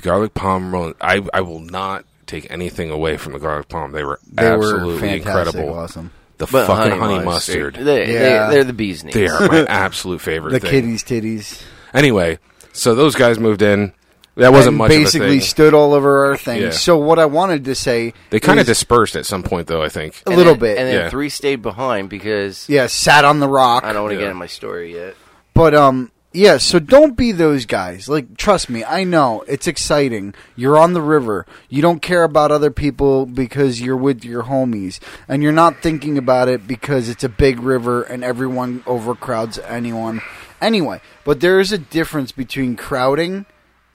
S3: garlic palm roll, I I will not take anything away from the garlic palm. They were
S2: They were
S3: absolutely
S2: fantastic,
S3: incredible.
S2: awesome.
S3: The
S1: But
S3: fucking honey,
S1: must-
S3: mustard.
S1: They,
S2: Yeah.
S1: they, they're the bee's knees.
S3: They are my absolute favorite.
S2: The
S3: thing.
S2: kitties titties.
S3: Anyway, so those guys moved in. That wasn't
S2: And
S3: much
S2: basically
S3: of a thing.
S2: stood all over our thing.
S3: Yeah.
S2: So what I wanted to say
S3: they kind of
S2: is-
S3: dispersed at some point, though. I think.
S2: a
S1: And
S2: little
S1: then-
S2: bit.
S1: And then
S3: Yeah.
S1: three stayed behind because
S2: yeah, sat on the rock.
S1: I don't want to
S3: Yeah.
S1: get in my story yet.
S2: But um yeah, so don't be those guys. Like trust me, I know it's exciting. You're on the river. You don't care about other people because you're with your homies and you're not thinking about it because it's a big river and everyone overcrowds anyone. Anyway, but there is a difference between crowding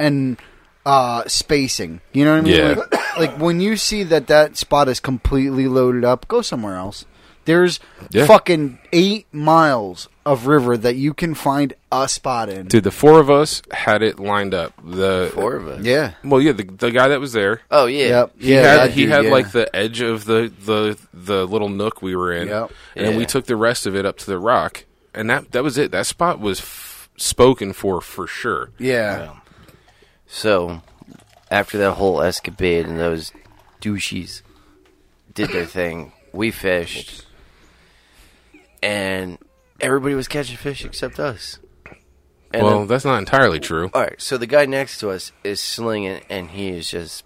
S2: and uh spacing. You know what I mean?
S3: Yeah.
S2: Like, like when you see that that spot is completely loaded up, go somewhere else. There's
S3: Yeah.
S2: fucking eight miles of river that you can find a spot in.
S3: Dude, the four of us had it lined up. The
S1: Four of us.
S2: Yeah.
S3: Well, yeah, the, the guy that was there.
S1: Oh yeah.
S2: Yep.
S3: He
S2: yeah,
S3: had
S2: that
S3: he
S2: dude,
S3: had
S2: yeah.
S3: like the edge of the the the little nook we were in,
S2: Yep.
S3: and then we
S1: Yeah.
S3: took the rest of it up to the rock, and that that was it. That spot was f- spoken for for sure.
S2: yeah.
S1: So after that whole escapade and those douches did their thing, we fished, and everybody was catching fish except us. And
S3: well, that's not entirely true.
S1: All right, so the guy next to us is slinging, and he is just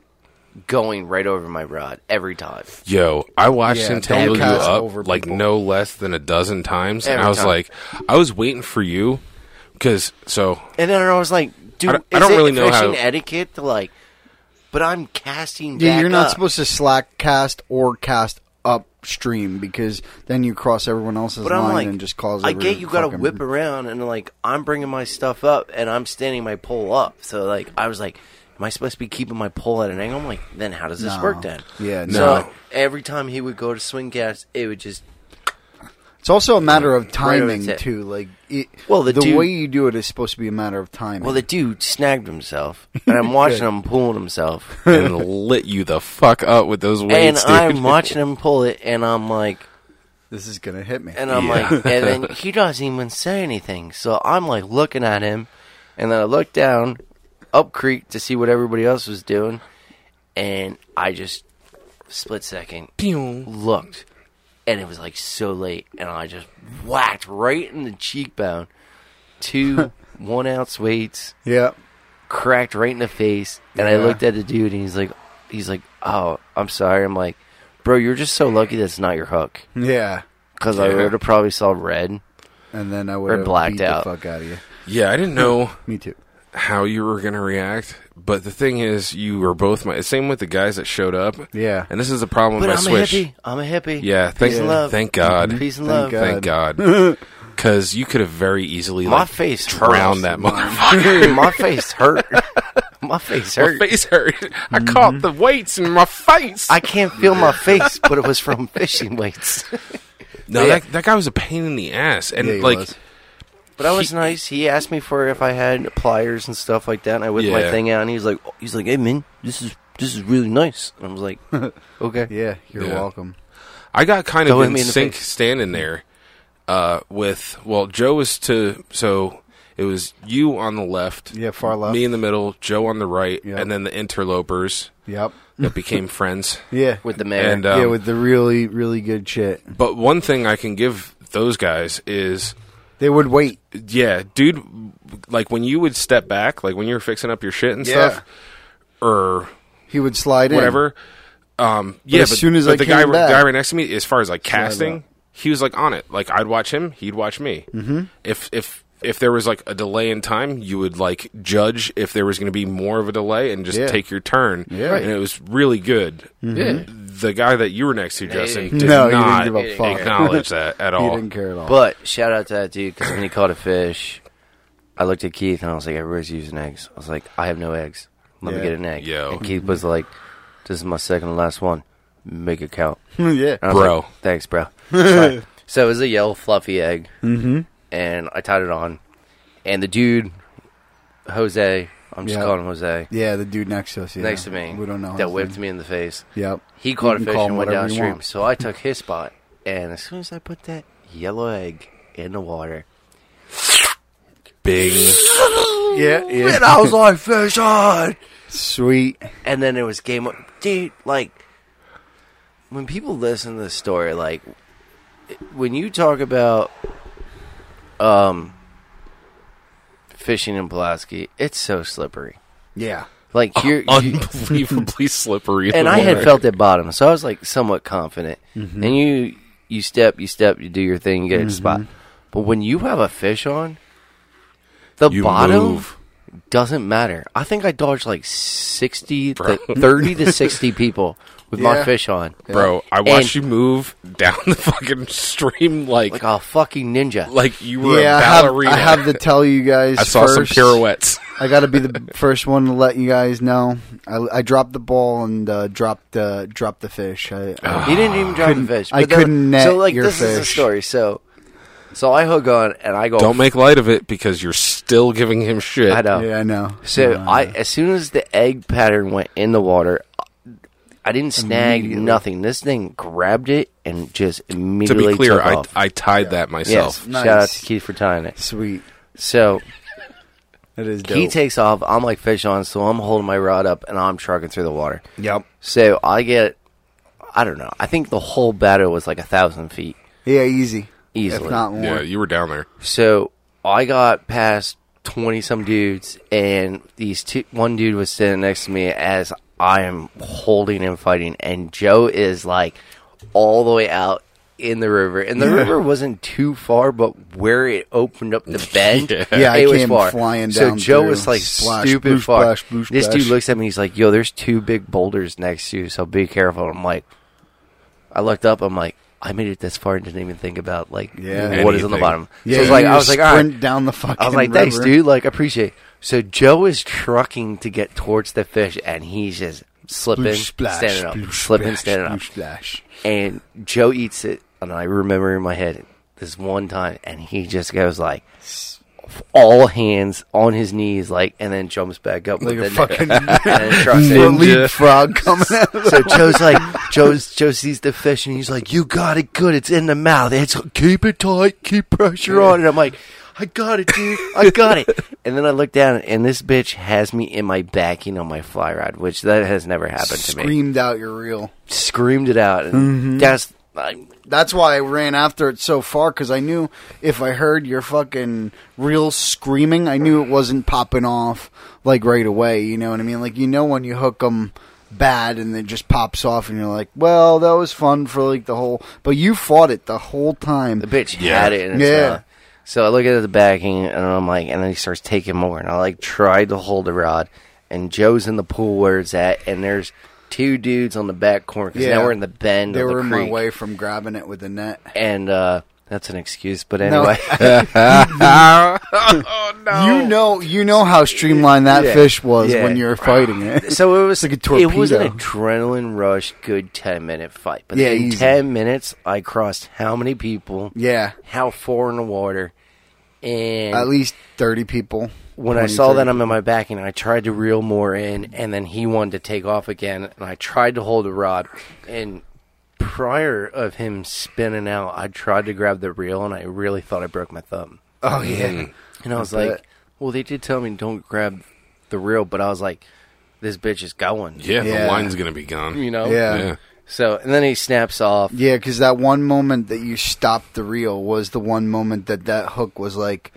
S1: going right over my rod every time.
S3: Yo, I watched
S2: Yeah,
S3: him tangle
S2: don't
S3: you
S2: pass
S3: up
S2: over
S3: like
S2: people.
S3: no less than a dozen times, and
S1: Every
S3: I was
S1: time.
S3: like, I was waiting for you because so
S1: And then I was like, dude, I
S3: I don't-
S1: don't,
S3: I don't really
S1: really
S3: know
S1: know
S3: how-
S1: fishing etiquette to like, but I'm casting
S2: Yeah,
S1: back
S2: you're not
S1: up.
S2: supposed to slack cast or cast upstream because then you cross everyone else's
S1: But
S2: line
S1: I'm like,
S2: and just cause.
S1: I
S2: every
S1: get you got to
S2: fucking-
S1: whip around, and like I'm bringing my stuff up, and I'm standing my pole up. So like I was like, am I supposed to be keeping my pole at an angle? I'm like, then how does this
S2: No.
S1: work then?
S2: Yeah,
S1: So
S2: no.
S1: like, every time he would go to swing cast, it would just
S2: It's also a matter of
S1: Right over
S2: timing
S1: his head.
S2: too. Like, it,
S1: Well, the dude-
S2: way you do it is supposed to be a matter of timing.
S1: well, the dude snagged himself, and I'm watching him pulling himself.
S3: and lit you the fuck up with those
S1: and
S3: weights. dude.
S1: I'm watching him pull it, and I'm like,
S2: this is gonna hit me.
S1: and uh, I'm
S3: Yeah.
S1: like, and then he doesn't even say anything. So I'm like looking at him, and then I look down up creek to see what everybody else was doing, and I just split second
S3: Pew.
S1: looked, and it was like so late, and I just whacked right in the cheekbone, two one ounce weights
S2: yeah.
S1: cracked right in the face, and I
S2: Yeah.
S1: looked at the dude, and he's like, he's like, oh, I'm sorry. I'm like, bro, you're just so lucky that's not your hook,
S2: Yeah.
S1: because I
S3: Yeah.
S1: would have probably saw red.
S2: And then I would have
S1: blacked
S2: beat
S1: out.
S2: the fuck out of you.
S3: Yeah, I didn't know.
S2: Me too.
S3: how you were going to react. But the thing is, you were both my same with the guys that showed up.
S2: Yeah.
S3: and this is the problem
S1: But
S3: with
S1: I'm
S3: my switch.
S1: a hippie. I'm a hippie.
S3: Yeah, thank
S1: Peace and love.
S3: thank God,
S1: Peace and
S2: Thank
S1: love.
S2: God.
S3: thank God, because you could have very easily
S1: My
S3: like,
S1: face hurts.
S3: drowned that motherfucker.
S1: my face hurt. My face
S3: My
S1: hurt.
S3: face hurt. I
S2: Mm-hmm.
S3: caught the weights in my face.
S1: I can't feel my face, but it was from fishing weights.
S3: no,
S1: Yeah.
S3: that, that guy was a pain in the ass, and
S2: Yeah, he
S3: like
S2: was.
S1: But I was nice. He asked me for if I had pliers and stuff like that, and I whipped
S3: Yeah.
S1: my thing out, and he's like, he's like, hey man, this is this is really nice. And I was like, okay.
S2: Yeah. You're
S3: Yeah.
S2: welcome.
S3: I got kind
S1: Don't
S3: of
S1: hit
S3: in
S1: me in the
S3: sync
S1: face.
S3: standing there uh, with well, Joe was to so it was you on the left,
S2: Yeah, far left.
S3: me in the middle, Joe on the right,
S2: Yep.
S3: and then the interlopers
S2: Yep.
S3: that became friends.
S2: Yeah.
S1: With the mayor.
S3: And, uh,
S2: yeah,
S3: um,
S2: with the really, really good shit.
S3: But one thing I can give those guys is
S2: They would wait.
S3: yeah, dude, like when you would step back, like when you were fixing up your shit and
S2: Yeah.
S3: stuff, or
S2: He would slide in.
S3: whatever. Um, yeah,
S2: as
S3: but,
S2: soon as
S3: but
S2: I
S3: the
S2: came
S3: guy,
S2: back-
S3: guy right next to me, as far as like
S2: out.
S3: casting, he was like on it. Like I'd watch him, he'd watch me. Mm-hmm. If if if there was like a delay in time, you would like judge if there was going to be more of a delay and just
S2: Yeah.
S3: take your turn.
S2: Yeah. Mm-hmm.
S3: and it was really good.
S1: Yeah.
S3: The guy that you were next to, Justin, did
S2: No, he didn't
S3: not
S2: give a fuck.
S3: acknowledge that at
S2: He
S3: all.
S2: didn't care at all.
S1: But shout out to that dude because when he caught a fish, I looked at Keith and I was like, everybody's using eggs. I was like, I have no eggs. Let
S2: Yeah.
S1: me get an egg.
S3: Yo.
S1: And Keith was like, this is my second and last one. Make it count.
S2: yeah.
S1: And I was
S3: Bro.
S1: like, Thanks, bro. Sorry. so it was a yellow fluffy egg. Mm-hmm. And I tied it on. And the dude, Jose, I'm just
S2: Yeah.
S1: calling him Jose,
S2: Yeah, the dude next to us. Yeah.
S1: next to me,
S2: We don't know.
S1: that whipped me in the face.
S2: Yep.
S1: He caught a
S2: can
S1: fish
S2: call him
S1: and went
S2: whatever you
S1: downstream.
S2: want.
S1: So I took his spot. And as soon as I put that yellow egg in the water,
S3: Bing.
S2: Yeah, yeah.
S1: and I was like, fish on!
S2: Sweet.
S1: And then it was game on. Dude, like, when people listen to the story, like, it- when you talk about um, fishing in Pulaski, it's so slippery.
S2: Yeah.
S1: Like, you're, you-
S3: Unbelievably slippery. in
S1: and
S3: the
S1: I had
S3: water.
S1: felt at bottom, so I was like somewhat confident.
S2: Mm-hmm.
S1: And you you step, you step, you do your thing, you get a spot. But when you have a fish on, the
S3: You
S1: bottom
S3: move.
S1: doesn't matter. I think I dodged like sixty,
S3: Bro.
S1: to thirty to sixty people with my
S2: Yeah.
S1: fish on,
S3: Bro, I
S1: And-
S3: watched you move down the fucking stream like
S1: like
S3: like,
S1: a fucking ninja.
S3: you were
S2: yeah,
S3: a
S2: I have,
S3: ballerina.
S2: I have to tell you guys.
S3: I saw
S2: first.
S3: some pirouettes.
S2: I got to be the first one to let you guys know. I, I dropped the ball and uh, dropped the dropped the fish. I,
S3: Oh.
S2: I,
S1: He didn't even drive the
S2: Couldn't-
S1: fish.
S2: I
S1: but then-
S2: couldn't net
S1: So like
S2: your
S1: this is the
S2: fish.
S1: story. So, so I hook on and I go.
S3: Don't make light of it because you're still giving him shit.
S1: I know.
S2: yeah, I know.
S1: So
S2: Uh,
S1: I, as soon as the egg pattern went in the water, I didn't snag
S2: Immediately.
S1: nothing. This thing grabbed it and just
S3: To
S1: immediately
S3: be clear,
S1: took
S3: I
S1: off.
S3: I tied that myself.
S1: yes,
S2: Nice.
S1: shout out to Keith for tying it.
S2: sweet.
S1: So
S2: That is dope.
S1: he takes off. I'm like fish on, so I'm holding my rod up and I'm trucking through the water.
S2: yep.
S1: So I get, I don't know. I think the whole battle was like a thousand feet
S2: Yeah, easy.
S1: easily.
S2: If not more.
S3: Yeah, you were down there.
S1: So I got past twenty some dudes, and these two, one dude was sitting next to me as I am holding and fighting, and Joe is like all the way out in the river, and the river wasn't too far, but where it opened up the bend,
S2: Yeah, I
S1: it was
S2: came
S1: far.
S2: flying
S1: So
S2: down
S1: Joe
S2: through.
S1: was like
S2: Splash,
S1: stupid
S2: bloosh,
S1: far.
S2: splash, bloosh,
S1: this dude
S2: splash.
S1: looks at me, he's like, "Yo, there's two big boulders next to you, so be careful." I'm like, I looked up, I'm like. I made it this far and didn't even think about like
S2: Yeah.
S1: what is on the
S3: Anything.
S1: bottom.
S2: Yeah,
S1: so it's
S2: you
S1: like I
S2: just
S1: was like, all right,
S2: sprint down the fucking.
S1: I was like, thanks,
S2: river.
S1: dude. Like, appreciate. it." So Joe is trucking to get towards the fish, and he's just slipping,
S2: Bloosh, splash,
S1: standing up,
S2: bloosh,
S1: slipping,
S2: splash,
S1: standing up.
S2: bloosh, splash.
S1: And Joe eats it, and I remember in my head this one time, and he just goes like, all hands on his knees, like, and then jumps back up
S2: Like
S1: with
S2: a
S1: the
S2: fucking
S1: net and trucks it.
S2: leaf frog coming out. Of the-
S1: So Joe's like, Joe's Joe sees the fish and he's like, "You got it good. It's in the mouth. It's keep it tight, keep pressure on." And I'm like, "I got it, dude. I got it." And then I look down and this bitch has me in my backing on my fly rod, which that has never happened to me.
S2: Screamed out, "You're real."
S1: Screamed it out, and that's I,
S2: That's why I ran after it so far because I knew if I heard your fucking real screaming, I knew it wasn't popping off like right away. You know what I mean? Like you know when you hook them bad and it just pops off, and you're like, "Well, that was fun for like the whole." But you fought it the whole time.
S1: the bitch
S3: Yeah.
S1: had it. And
S2: Yeah.
S1: yeah. So I look at the backing and I'm like, and then he starts taking more, and I like tried to hold the rod, and Joe's in the pool where it's at, and there's. Two dudes on the back corner because
S2: Yeah.
S1: now we're in the bend.
S2: they
S1: of the
S2: were in my
S1: creek.
S2: way from grabbing it with the net.
S1: and uh, that's an excuse. But anyway,
S2: You know, you know how streamlined that
S1: Oh. Yeah.
S2: fish was
S1: Yeah.
S2: when you were fighting it.
S1: so it was
S2: Like a
S1: It was an
S2: torpedo.
S1: adrenaline rush, good ten minute fight. But
S2: Yeah,
S1: in
S2: easy.
S1: ten minutes, I crossed how many people?
S2: yeah,
S1: How far in the water? And
S2: at least thirty people.
S1: when I
S2: 20,
S1: saw
S2: 30.
S1: that I'm in my back, and I tried to reel more in, and then he wanted to take off again, and I tried to hold the rod, and prior of him spinning out, I tried to grab the reel, and I really thought I broke my thumb.
S2: Oh yeah,
S1: And I was
S2: bet.
S1: like, well, they did tell me don't grab the reel, but I was like, this bitch is going.
S3: Yeah,
S2: Yeah.
S3: the line's gonna be gone.
S1: You know?
S2: yeah.
S3: Yeah.
S1: So, and then he snaps off.
S2: Yeah, because that one moment that you stopped the reel was the one moment that that hook was like,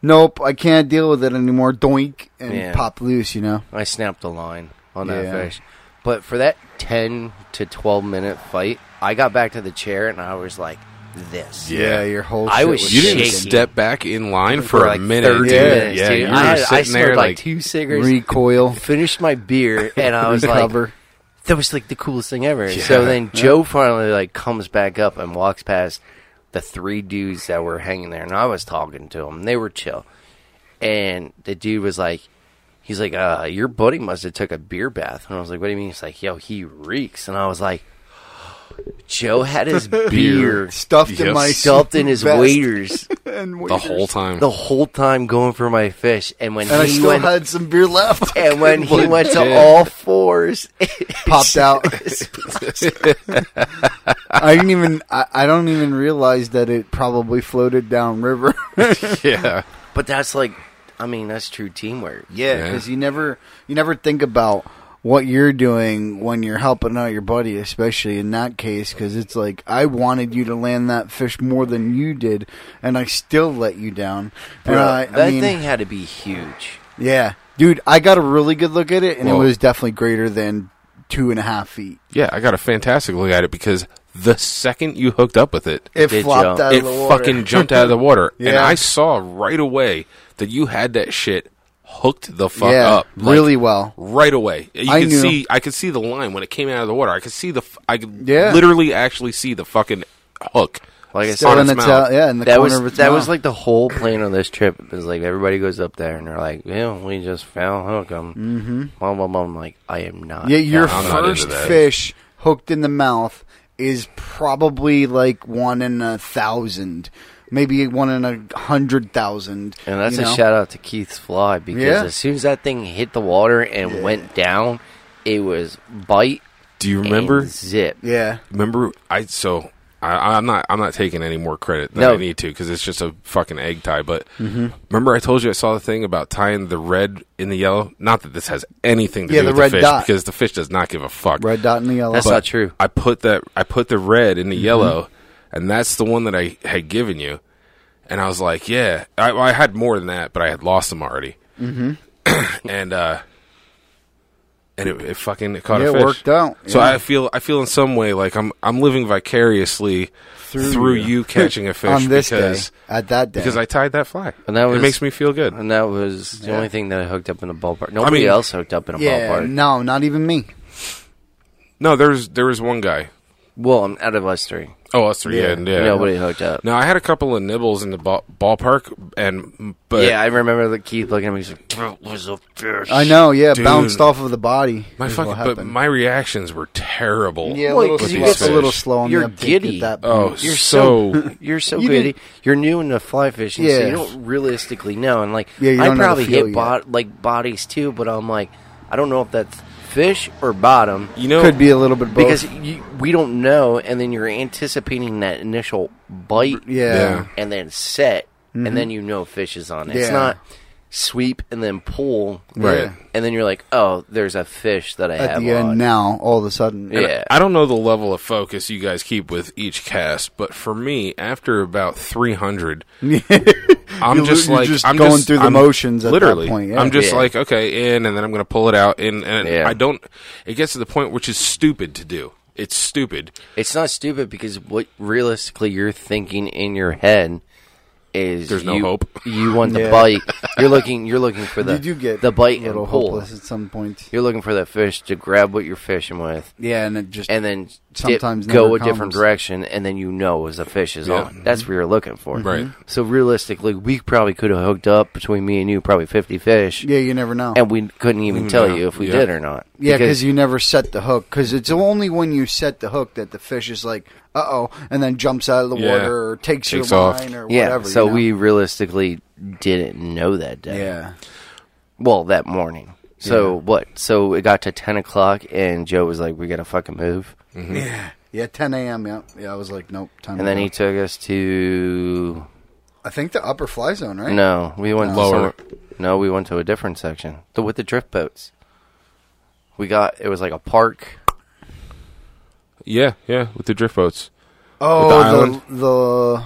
S2: "Nope, I can't deal with it anymore." Doink and
S1: Yeah.
S2: pop loose, you know.
S1: I snapped the line on that
S2: Yeah.
S1: fish. But for that 10 to 12 minute fight, I got back to the chair and I was like, this.
S3: Yeah.
S2: your whole.
S1: I
S2: shit
S1: was
S3: You didn't
S1: shaking.
S3: step back in line for, a
S1: like
S3: minute.
S1: 30
S3: dude.
S1: minutes,
S3: yeah,
S1: dude.
S3: you were
S1: I, had- I
S3: sitting there
S1: smoked like
S3: like,
S1: two cigarettes,
S2: recoil.
S1: finished my beer, and I was like,
S2: recover.
S1: that was like the coolest thing ever.
S3: Yeah.
S1: So then Joe finally like comes back up and walks past the three dudes that were hanging there, and I was talking to them. They were chill, and the dude was like, he's like, uh, your buddy must have took a beer bath, and I was like, what do you mean? He's like, yo, he reeks, and I was like. Joe had his beer
S2: Stuffed in
S3: Yes.
S2: my
S1: stuffed in his
S2: vest
S1: waders
S2: and
S3: the
S2: waders.
S3: whole time.
S1: the whole time going for my fish, and when
S2: And I
S1: he
S2: still
S1: went
S2: had some beer left.
S1: and when he went to
S3: Yeah.
S1: all fours,
S2: popped out. I didn't even. I, I don't even realize that it probably floated downriver.
S3: yeah,
S1: but that's like, I mean, that's true teamwork.
S2: yeah,
S3: Yeah.
S2: because you never you never think about what you're doing when you're helping out your buddy, especially in that case, because it's like I wanted you to land that fish more than you did, and I still let you down. and I, I
S1: that
S2: mean,
S1: thing had to be huge.
S2: yeah, dude, I got a really good look at it, and
S3: Well-
S2: it was definitely greater than two and a half feet.
S3: yeah. I got a fantastic look at it because the second you hooked up with it,
S2: It
S1: Did
S2: flopped
S1: you?
S2: out
S3: it
S2: of the water.
S3: fucking jumped out of the water, and
S2: Yeah.
S3: I saw right away that you had that shit hooked the fuck
S2: yeah,
S3: up like,
S2: really well.
S3: right away. You
S2: I
S3: could
S2: knew.
S3: see I could see the line when it came out of the water. I could see the f- I could
S2: Yeah.
S3: literally actually see the fucking hook.
S1: Like I
S3: Still
S1: said,
S3: in
S2: in
S3: its
S2: its
S3: mouth.
S2: out- yeah, in the
S1: that
S2: corner
S1: was
S2: of its
S1: that
S2: mouth.
S1: was like the whole plan on this trip. It was like everybody goes up there and they're like, "Yeah, we just found hook 'em." Mm-hmm. Blah blah blah. I'm like, I am not.
S2: yeah, your
S1: down.
S3: I'm not into
S2: first
S3: that.
S2: fish hooked in the mouth is probably like one in a thousand, maybe one in a hundred thousand.
S1: And that's
S2: you know?
S1: a shout out to Keith's fly because
S2: Yeah.
S1: as soon as that thing hit the water and went down, it was bite
S3: Do you
S1: and
S3: remember?
S1: zip.
S2: Yeah,
S3: Remember? I so I, I'm not I'm not taking any more credit than
S1: No.
S3: I need to because it's just a fucking egg tie. But
S2: Mm-hmm.
S3: remember, I told you I saw the thing about tying the red in the yellow. Not that this has anything to
S2: Yeah,
S3: do
S2: the
S3: with
S2: red
S3: the fish
S2: dot.
S3: because the fish does not give a fuck.
S2: red dot in the yellow.
S1: That's
S2: But-
S1: not true.
S3: I put that I put the red in the yellow, and that's the one that I had given you. And I was like, yeah, I, I had more than that, but I had lost them already. Mm-hmm. and uh, and it, it fucking it caught
S2: Yeah,
S3: a
S2: it
S3: fish.
S2: worked out,
S3: So
S2: yeah.
S3: I feel I feel in some way like I'm I'm living vicariously through,
S2: you.
S3: you catching a fish
S2: on this
S3: because
S2: day at that day.
S3: because I tied that fly.
S1: And that
S3: it
S1: was-
S3: makes me feel good.
S1: And that was the only thing that I hooked up in a ballpark. Nobody
S3: mean-
S1: else hooked up in a
S2: yeah,
S1: ballpark.
S2: no, not even me.
S3: No, there's there was one guy.
S1: Well, I'm out of us three.
S3: Oh, us three. Yeah, yeah.
S1: Nobody hooked up.
S3: No, I had a couple of nibbles in the ball, ballpark, and but
S1: yeah, I remember the Keith looking at me. He's like, "That was a fish."
S2: I know. Yeah,
S3: Dude.
S2: bounced off of the body.
S3: My
S2: is
S3: fucking,
S2: what
S3: but
S2: happened.
S3: my reactions were terrible.
S2: yeah, a
S1: Well,
S2: little,
S1: because
S3: you
S2: slow,
S3: get
S2: a little
S3: fish.
S2: slow on
S1: You're
S2: the uptake
S1: giddy.
S2: At that
S3: Oh,
S2: point.
S1: You're
S3: so,
S1: You're so
S2: You
S1: good.
S2: didn't-
S1: You're new into fly fishing, so
S2: Yeah.
S1: you don't realistically know. And like,
S2: Yeah, you
S1: I
S2: don't know the
S1: probably
S2: feel
S1: hit bot like bodies too, but I'm like, I don't know if that's fish or bottom
S3: you know,
S2: could be a little bit both.
S1: because you, we don't know. And then you're anticipating that initial bite,
S3: Yeah.
S2: yeah, Mm-hmm.
S1: and then set, and then you know fish is on it. It's
S2: Yeah.
S1: not sweep and then pull,
S3: Right.
S2: yeah.
S1: And then you're like, oh, there's a fish that I
S2: at
S1: have
S2: the
S1: on.
S2: end now, all of a sudden,
S1: yeah,
S3: I don't know the level of focus you guys keep with each cast, but for me, after about three hundred, I'm
S2: You're
S3: just
S2: lo- you're
S3: like
S2: just
S3: I'm
S2: going
S3: just-
S2: through the
S3: I'm-
S2: motions at that
S3: literally,
S2: point, yeah.
S3: I'm just
S1: Yeah.
S3: like okay, in, and then I'm going to pull it out, in, and
S1: Yeah.
S3: I don't. It gets to the point which is stupid to do. It's stupid.
S1: It's not stupid because what realistically you're thinking in your head is
S3: There's no
S1: you-
S3: hope.
S1: You want the
S2: Yeah.
S1: bite. You're looking. You're looking for the
S2: you do get
S1: the bite
S2: a
S1: and
S2: little
S1: pull.
S2: hopeless at some point.
S1: You're looking for that fish to grab what you're fishing with,
S2: Yeah, and it just
S1: and then dip-
S2: Sometimes
S1: go
S2: never
S1: a different
S2: comes.
S1: direction, and then you know as the fish is
S3: Yeah. Mhm.
S1: on. That's what you're looking for.
S3: Right.
S1: So realistically, we probably could have hooked up between me and you probably 50 fish,
S2: yeah, you never know.
S1: and we couldn't even
S3: Who
S1: tell
S3: know?
S1: you if we
S3: Mm, Yeah.
S1: did or not.
S2: Yeah, because you never set the hook. Because it's only when you set the hook that the fish is like, "uh oh," and then jumps out of the
S3: Yeah.
S2: water or takes,
S3: Takes
S2: your
S3: off.
S2: line or
S1: yeah.
S2: whatever.
S1: so
S2: you know?
S1: we realistically didn't know that day.
S2: yeah,
S1: Well, that morning. So what? So it got to ten o'clock, and Joe was like, "We gotta fucking move."
S2: yeah, yeah. 10 a.m. Yeah, yeah. I was like, nope. Time.
S1: And then
S2: to
S1: he
S2: go.
S1: took us to
S2: I think the upper fly zone, right?
S1: no, we went to
S3: Lower.
S1: somewhere- no, we went to a different section the, with the drift boats. We got it was like a park.
S3: Yeah, yeah, with the drift boats,
S2: Oh,
S3: With
S2: the, the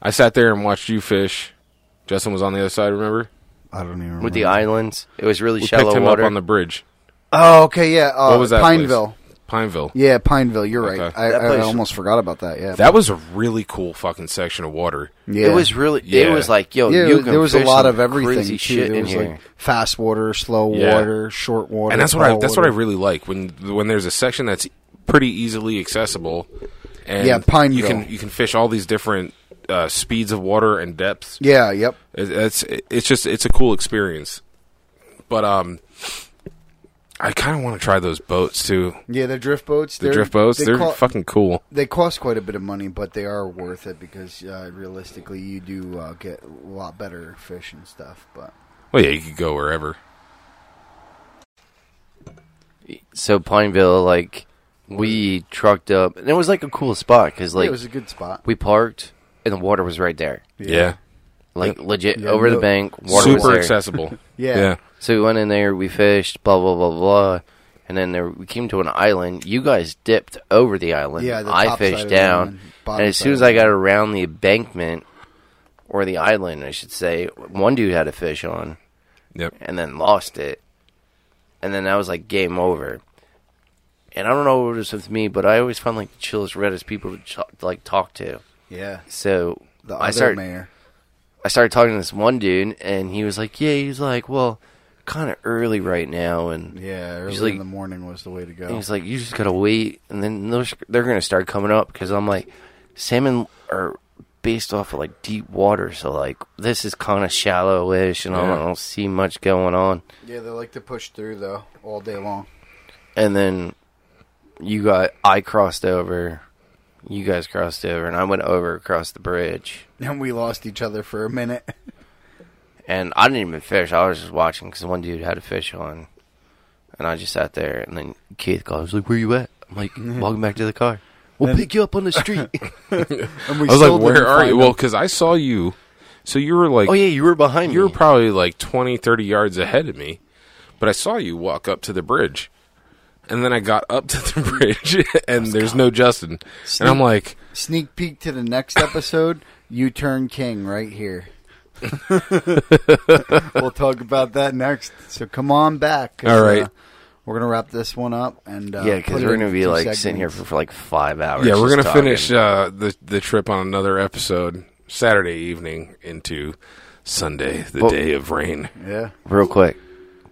S3: I sat there and watched you fish. Justin was on the other side. Remember?
S2: I don't even remember.
S1: With the islands, it was really
S3: We
S1: shallow
S3: picked him
S1: water.
S3: up on the bridge.
S2: oh, okay, yeah. Uh,
S3: What was that? place?
S2: Pineville.
S3: Pineville.
S2: Yeah, Pineville. You're right.
S3: Okay.
S2: I,
S1: That
S2: I
S1: place-
S2: almost forgot about that. Yeah,
S3: That was a really cool fucking section of water.
S2: yeah.
S1: It was really. It
S3: Yeah.
S1: was like yo,
S2: Yeah,
S1: you can
S2: there was a
S1: fish
S2: lot
S1: some
S2: of everything
S1: crazy
S2: too.
S1: shit
S2: there
S1: in
S2: was
S1: here.
S2: like fast water, slow
S3: Yeah.
S2: water, short water,
S3: and that's what I
S2: tall
S3: that's what I
S2: water.
S3: really like when when there's a section that's pretty easily accessible. And
S2: Yeah, Pineville.
S3: You can you can fish all these different uh, speeds of water and depths.
S2: Yeah, yep.
S3: It, it's it's just it's a cool experience. But um, I kind of want to try those boats too.
S2: Yeah, the drift boats.
S3: The drift boats,
S2: they
S3: they are
S2: co-
S3: fucking cool.
S2: They cost quite a bit of money, but they are worth it because uh, realistically, you do uh, get a lot better fish and stuff. But
S3: Well, yeah, you could go wherever.
S1: So Pineville, like we trucked up, and it was like a cool spot because
S2: Yeah,
S1: like
S2: it was a good spot.
S1: we parked and the water was right there,
S3: Yeah,
S1: like legit
S2: Yeah,
S1: over
S2: no-
S1: the bank. Water was
S3: super
S1: there.
S3: accessible.
S2: Yeah.
S3: yeah,
S1: So we went in there, we fished, blah blah blah blah, and then there we came to an island. You guys dipped over the island.
S2: Yeah, the
S1: I
S2: top side
S1: fished
S2: of the
S1: down,
S2: island, bottom
S1: and as soon
S2: side
S1: as
S2: of
S1: I
S2: the
S1: got around the embankment or the island, I should say, one dude had a fish on
S3: yep.
S1: and then lost it, and then that was like game over. And I don't know what it was with me, but I always found like the chillest, reddest people to ch- like talk to.
S2: Yeah,
S1: So
S2: the
S1: I
S2: other
S1: started
S2: mayor.
S1: I started talking to this one dude, and he was like, "Yeah," he's like, "Well, kind of early right now," and
S2: Yeah, early
S1: like-
S2: in the morning was the way to
S1: and
S2: go.
S1: he's like, you just gotta wait, and then those they're gonna start coming up because I'm like, salmon are based off of like deep water, so like this is kind of shallowish, and I
S3: Yeah.
S1: don't see much going on.
S2: Yeah, they like to push through though all day long.
S1: And then you got I crossed over, you guys crossed over, and I went over across the bridge,
S2: And we lost each other for a minute.
S1: and I didn't even fish. I was just watching because one dude had a fish on, and I just sat there, and then Keith called. I was like, "Where you at?" I'm like, "Walking back to the car." We'll pick you up on the street.
S2: And we
S3: I was
S2: still
S3: like, where
S2: didn't
S3: are you?
S2: find
S3: Well,
S2: him.
S3: because I saw you. So you were like,
S1: oh yeah, you were behind
S3: you were
S1: me.
S3: probably like 20, 30 yards ahead of me, but I saw you walk up to the bridge. And then I got up to the bridge, and there's no Justin. And I'm like,
S2: sneak peek to the next episode. U turn king right here. we'll talk about that next. So come on back. 'cause,
S3: All right.
S2: uh, we're gonna wrap this one up and uh,
S1: Yeah, because
S2: put
S1: we're
S2: in
S1: gonna be
S2: two
S1: like sitting here
S2: segments.
S1: for, for like five hours.
S3: yeah, we're
S1: just
S3: gonna
S1: talking.
S3: finish uh, the the trip on another episode Saturday evening into Sunday, the
S1: Well-
S3: day of rain.
S2: Yeah,
S1: real quick.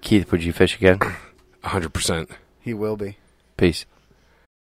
S1: Keith, would you fish again?
S3: hundred percent.
S2: he will be.
S1: Peace.